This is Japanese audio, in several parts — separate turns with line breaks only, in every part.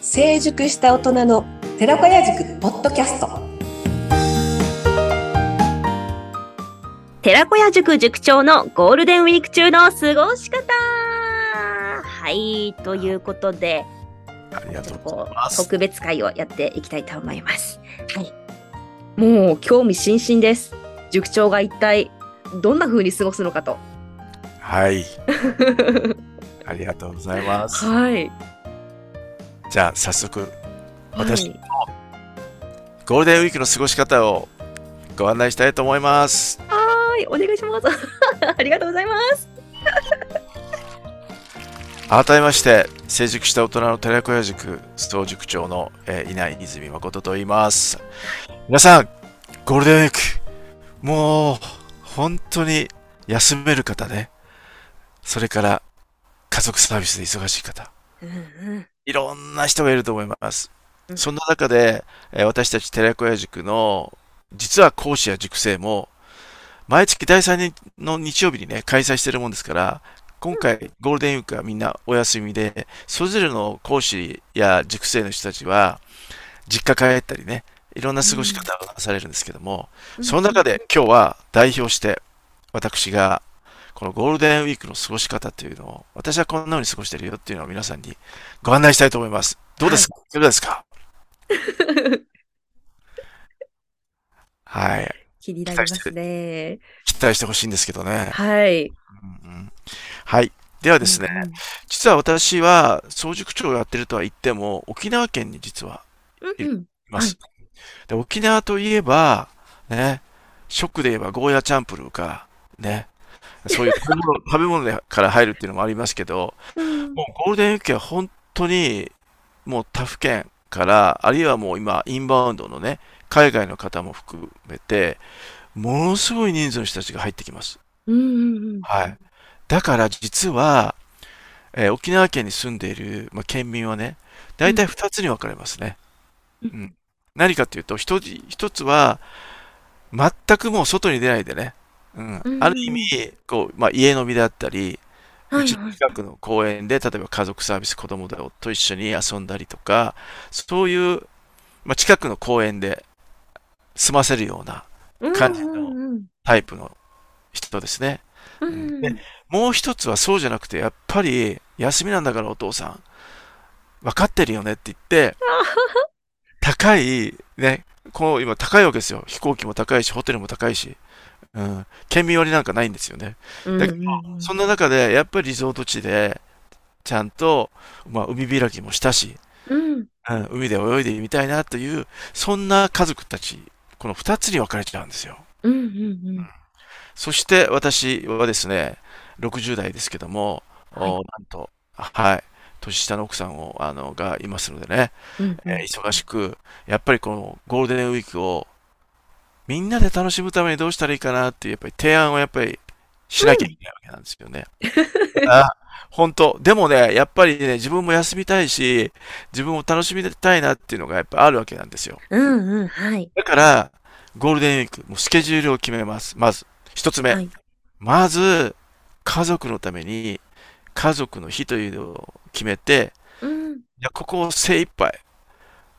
成熟した大人の寺子屋塾ポッドキャスト
寺子屋塾塾長のゴールデンウィーク中の過ごし方はい、ということで、
ありが
ち
と
ょっ
う
と
ご
こ
ざいま
う
す。
特別会をやっていきたいと思います。はい。もう興味津々です。塾長が一体どんな風に過ごすのかと。
はい、ありがとうございます。
はい。
じゃあ早速私
はい
ゴールデンウィークの過ごし方をご案内したいと思います。
はい、お願いします。 ありがとうございます。
改めまして成熟した大人の寺子屋塾総塾長の、えー稲井泉誠と言います。皆さんゴールデンウィークもう本当に休める方ね。それから家族サービスで忙しい方。
うんうん
いろんな人がいると思います
う。ん
そんな中で、えー私たち寺子屋塾の、実は講師や塾生も、毎月第3の日曜日にね、開催してるもんですから、今回ゴールデンウィークはみんなお休みで、それぞれの講師や塾生の人たちは、実家帰ったりね、いろんな過ごし方をなされるんですけども、その中で今日は代表して、私が、このゴールデンウィークの過ごし方というのを、私はこんな風に過ごしてるよっていうのを皆さんにご案内したいと思います。どうですか、いかがですかはい。
気になりますね。
期待してほしいんですけどね。
はい。
うんうんはい。ではですね、
うんうん
実は私は、総塾長をやってるとは言っても、沖縄県に実は
うんうん
います。で沖縄といえば、ね、ショックで言えばゴーヤチャンプルーか、ね、そういう食べ物食べ物でから入るっていうのもありますけど、
うん
もうゴールデンウィークは本当にもう他府県から、あるいはもう今、インバウンドのね、海外の方も含めて、ものすごい人数の人たちが入ってきます。
うんうん
はい。だから実は、えー沖縄県に住んでいる、まあ、県民はね、大体2つに分かれますね。う。
うん
何かというと、一つ一つは、全くもう外に出ないでね、うん
う。ん
ある意味、こう、まあ、家飲みであったり、
は
う
い
ちの近くの公園で、例えば家族サービス子供と一緒に遊んだりとか、そういう、まあ、近くの公園で済ませるような
うん
感じの
うんうん
タイプの人ですね。
うん
ねもう一つはそうじゃなくて、やっぱり、休みなんだからお父さん、分かってるよねっ て言って、高い、ね、この今高いわけですよ。飛行機も高いし、ホテルも高いし、うん、県民割なんかないんですよね。だけどそんな中で、やっぱりリゾート地で、ちゃんと、まあ、海開きもしたし、
うん
うん、海で泳いでみたいなという、そんな家族たち、この二つに分かれちゃうんですよ。
うんうんうん
そして私はですね、60代ですけども、お
はい
なんと、はい、年下の奥さんをあのがいますのでね、
うん
えー忙しく、やっぱりこのゴールデンウィークをみんなで楽しむためにどうしたらいいかなっていう、やっぱり提案をやっぱりしなきゃいけないわけなんですよね。あ本当、でもね、やっぱりね、自分も休みたいし、自分も楽しみたいなっていうのがやっぱあるわけなんですよ。
うんうんはい
だから、ゴールデンウィーク、もうスケジュールを決めます。まず、一つ目。
はい
まず、家族のために、家族の日というのを決めて、
うん
いやここを精一杯、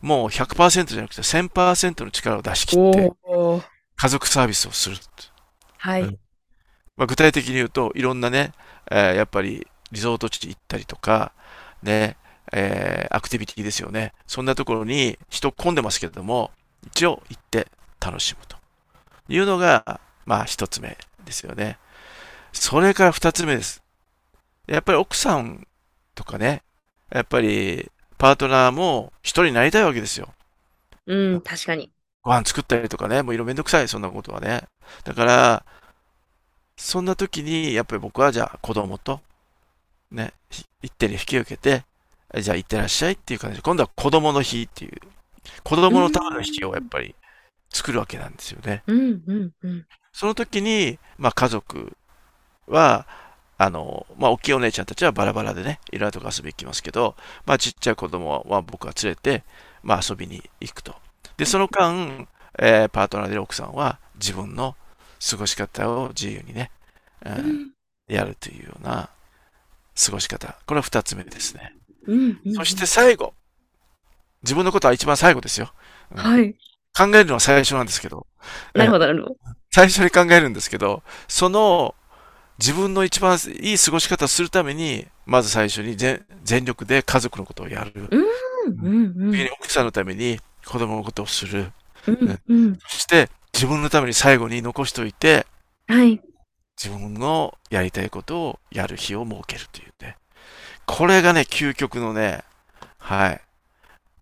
もう100%じゃなくて1000%の力を出し切
お
って、
お
家族サービスをする。
は
うん
い
まあ、具体的に言うと、いろんなね、えーやっぱりリゾート地行ったりとか、ね、えーアクティビティですよね。そんなところに人混んでますけれども、一応行って楽しむというのが、まあ一つ目ですよね。それから二つ目です。でやっぱり奥さんとかね、やっぱりパートナーも一人になりたいわけですよ。
うん確かに
ご飯作ったりとかね、もういろいろめんどくさい、そんなことはね。だから、そんな時に、やっぱり僕はじゃあ子供と、ね、ひ一手に引き受けて、えじゃあ行ってらっしゃいっていう感じで、今度は子供の日っていう、子供のための日をやっぱり作るわけなんですよね。
うんうんうん
その時に、まあ家族は、あの、まあ大きいお姉ちゃんたちはバラバラでね、いろんなとこ遊び行きますけど、まあちっちゃい子供は僕は連れて、まあ遊びに行くと。で、その間、えーパートナーでいる奥さんは自分の過ごし方を自由にね、う、
うんん
やるというような過ごし方。これは二つ目ですね。
うんうん
そして最後、自分のことは一番最後ですよ。
はい。
考えるのは最初なんですけど、
なるほど、なるほど。
最初に考えるんですけど、その自分の一番いい過ごし方をするために、まず最初に全全力で家族のことをやる。
うん、うん、うん。
奥さんのために子供のことをする。
うん、うん。
そして自分のために最後に残しておいて、
はい。
自分のやりたいことをやる日を設けるというね。これがね、究極のね、はい。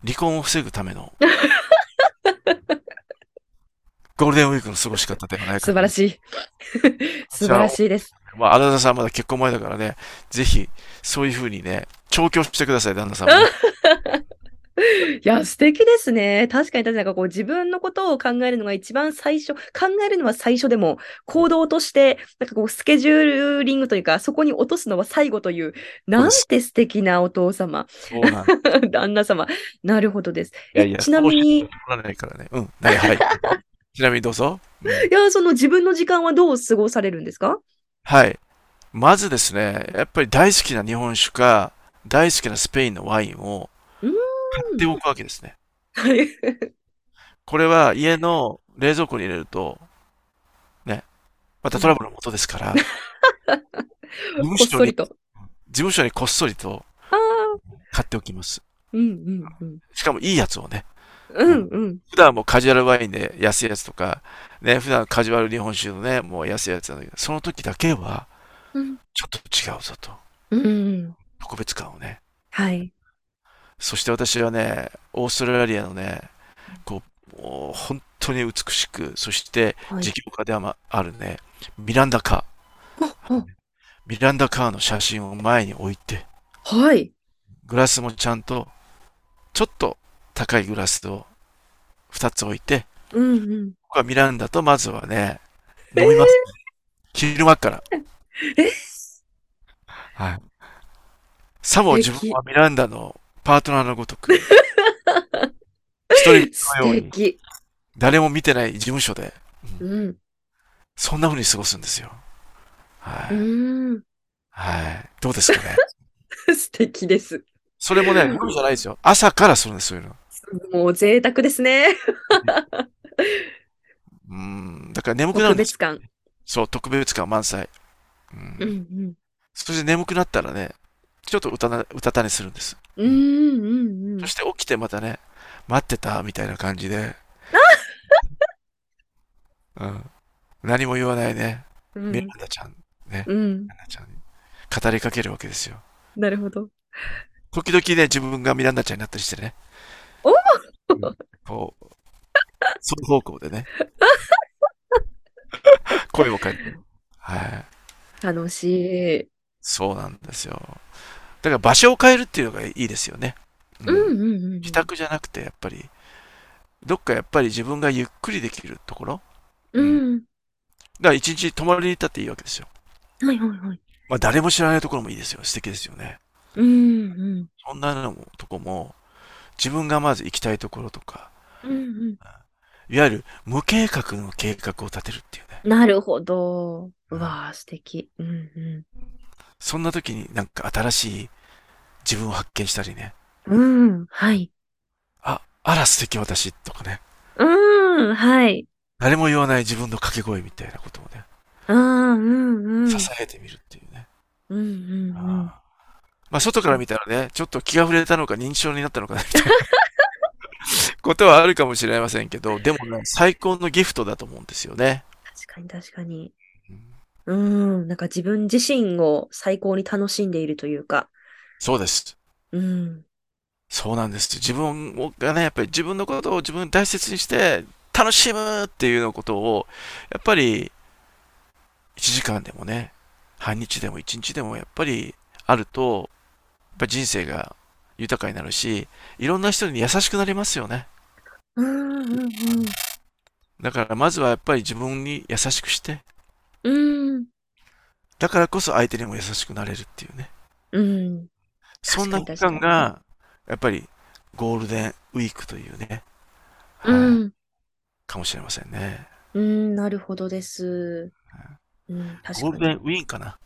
離婚を防ぐための。ゴールデンウィークの過ごし方ではないかと
素晴らしい。 素晴らしいです。
まあ、旦那さんまだ結婚前だからね、ぜひ、そういうふうにね、調教してください、旦那さんも。
いや、素敵ですね。確かに、確かに、なんかこう、自分のことを考えるのが一番最初、考えるのは最初でも、行動として、なんかこう、スケジューリングというか、そこに落とすのは最後という、なんて素敵なお父様、
そうなんい
旦那様。なるほどです。
やいや、
え ちなみに、い
そうならないからね。うん。はい、はい。 ちなみにどうぞ。
や、その自分の時間はどう過ごされるんです か
はい。まずですね、やっぱり大好きな日本酒か、大好きなスペインのワインを
うー
買っておくわけですね。
はい。
これは家の冷蔵庫に入れると、ね、またトラブルの元ですから、事
こ
務
っ
所
そ
に、
り
事
と。
務所にこっそりと
ああ、
買っておきます。
うんうんうん。
しかもいいやつをね、
うんうん。
普段もカジュアルワインで安いやつとか、ね、普段カジュアル日本酒のね、もう安いやつなんだけど、その時だけは
うん、
ちょっと違うぞと、
うんうん。
特別感をね。
はい。
そして私はね、オーストラリアのね、こう、もう本当に美しく、そして
はい
事業家ではまあるね、ミランダカ
おお
ー。ミランダカーの写真を前に置いて、
はい。
グラスもちゃんと、ちょっと高いグラスを2つ置いて、
うんうん。
僕はミランダとまずはね、飲みます、ね。昼間から。
え
はい。さも自分はミランダのパートナーのご とく、一人
素
のように、
敵。
誰も見てない事務所で、
うん。
そんな風に過ごすんですよ。は
う
い。
ー ん。
はい。どうですかね。
素敵です。
それも ね、夜じゃないですよ。朝からするんです、そういうの。
もう贅沢ですね。
うん。だから眠くなる
特
んです。
別感。
そう、特別感満載。う。
うんん
そして眠くなったらね、ちょっとうたな、うたた寝するんです。
うん。うんうんうん
そ。して起きてまたね、待ってたみたいな感 じで。うん。何も言わないね、
う
ミラ
ん
ンダちゃん、ミ
うん。
ランダちゃんに語りかけるわけですよ。
なるほど。
時々ね、自分がミランダちゃんになったりしてね。
お
うんこ う、その方向でね。声をかけて。はい。
楽しい。
そうなんですよ。だから場所を変えるっていうのがいいですよね。
うんうんうんうん。
自宅じゃなくて、やっぱり、どっかやっぱり自分がゆっくりできるところ。
うん。
だから一日泊まりに行ったっていいわけですよ。
はいはいはい。
まあ誰も知らないところもいいですよ。素敵ですよね。
うんうん。
そんなのも、とこも、自分がまず行きたいところとか、
うんうん。
いわゆる無計画の計画を立てるっていうね。
なるほど。うわあ、素敵。うんう
そんな時になんか新しい自分を発見したりね。
ん。うん。はい。
あ、あら素敵私とかね。
うん。はい。
誰も言わない自分の掛け声みたいなことをね、
ああ、うんうん。
支えてみるっていうね。
うんうん
あ
うん。
あまあ外から見たらね、ちょっと気が触れたのか認知症になったのかなみ たいなことはあるかもしれませんけど、でもね、最高のギフトだと思うんですよね。
確かに確かに。
うん
うん。なんか自分自身を最高に楽しんでいるというか。
そうです。
うん。
そうなんです。自分がね、やっぱり自分のことを自分を大切にして、楽しむっていうようなことを、やっぱり、1時間でもね、半日でも1日でもやっぱりあると、やっぱり人生が豊かになるし、いろんな人に優しくなりますよね。
うんうんうん。
だからまずはやっぱり自分に優しくして、
うん。
だからこそ相手にも優しくなれるっていうね。
うん。
そんな期
確かに
間が、やっぱりゴールデンウィークというね、
う
はい、
ん。
かもしれませんね。
うん、なるほどです。うん、確
ゴー
か
ル
に。
デンウィーンかな。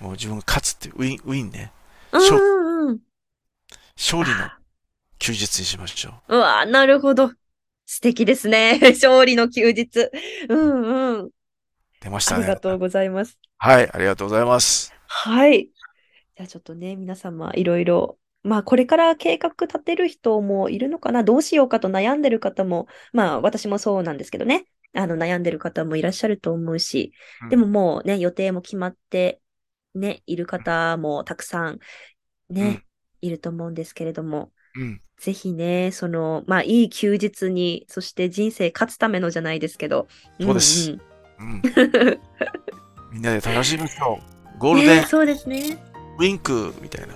もう自分が勝つっていう、ウィン、ウィンね。
うんうんうん。
勝利の休日にしましょう。
うわー、なるほど。素敵ですね。 勝利の休日。うんうん。
出まし
あ
た
りが
ね。
とうございます。
はい、ありがとうございます。
はい。じゃあちょっとね、皆様いろいろ、まあこれから計画立てる人もいるのかな、どうしようかと悩んでる方も、まあ私もそうなんですけどね、あの悩んでる方もいらっしゃると思うし
う、ん
でももうね、予定も決まって、ね、いる方もたくさんね、いると思うんですけれども、
うん。
ぜひね、その、まあいい休日に、そして人生勝つためのじゃないですけど、
そうです
ん
うん。
うん。
みんなで楽しみましょう。ゴールデン
ね、そうですね。
ウィンクみ たいな。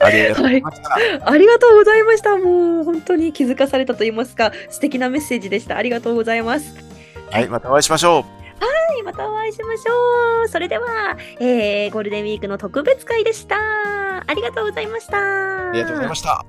ありがとうございました。
ありがとうございました。もう本当に気づかされたと言いますか、素敵なメッセージでした。ありがとうございます。
はい、またお会いしましょう。
はい、またお会いしましょう。それでは、えーゴールデンウィークの特別会でした。ありがとうございました。あ
ありがとうございました。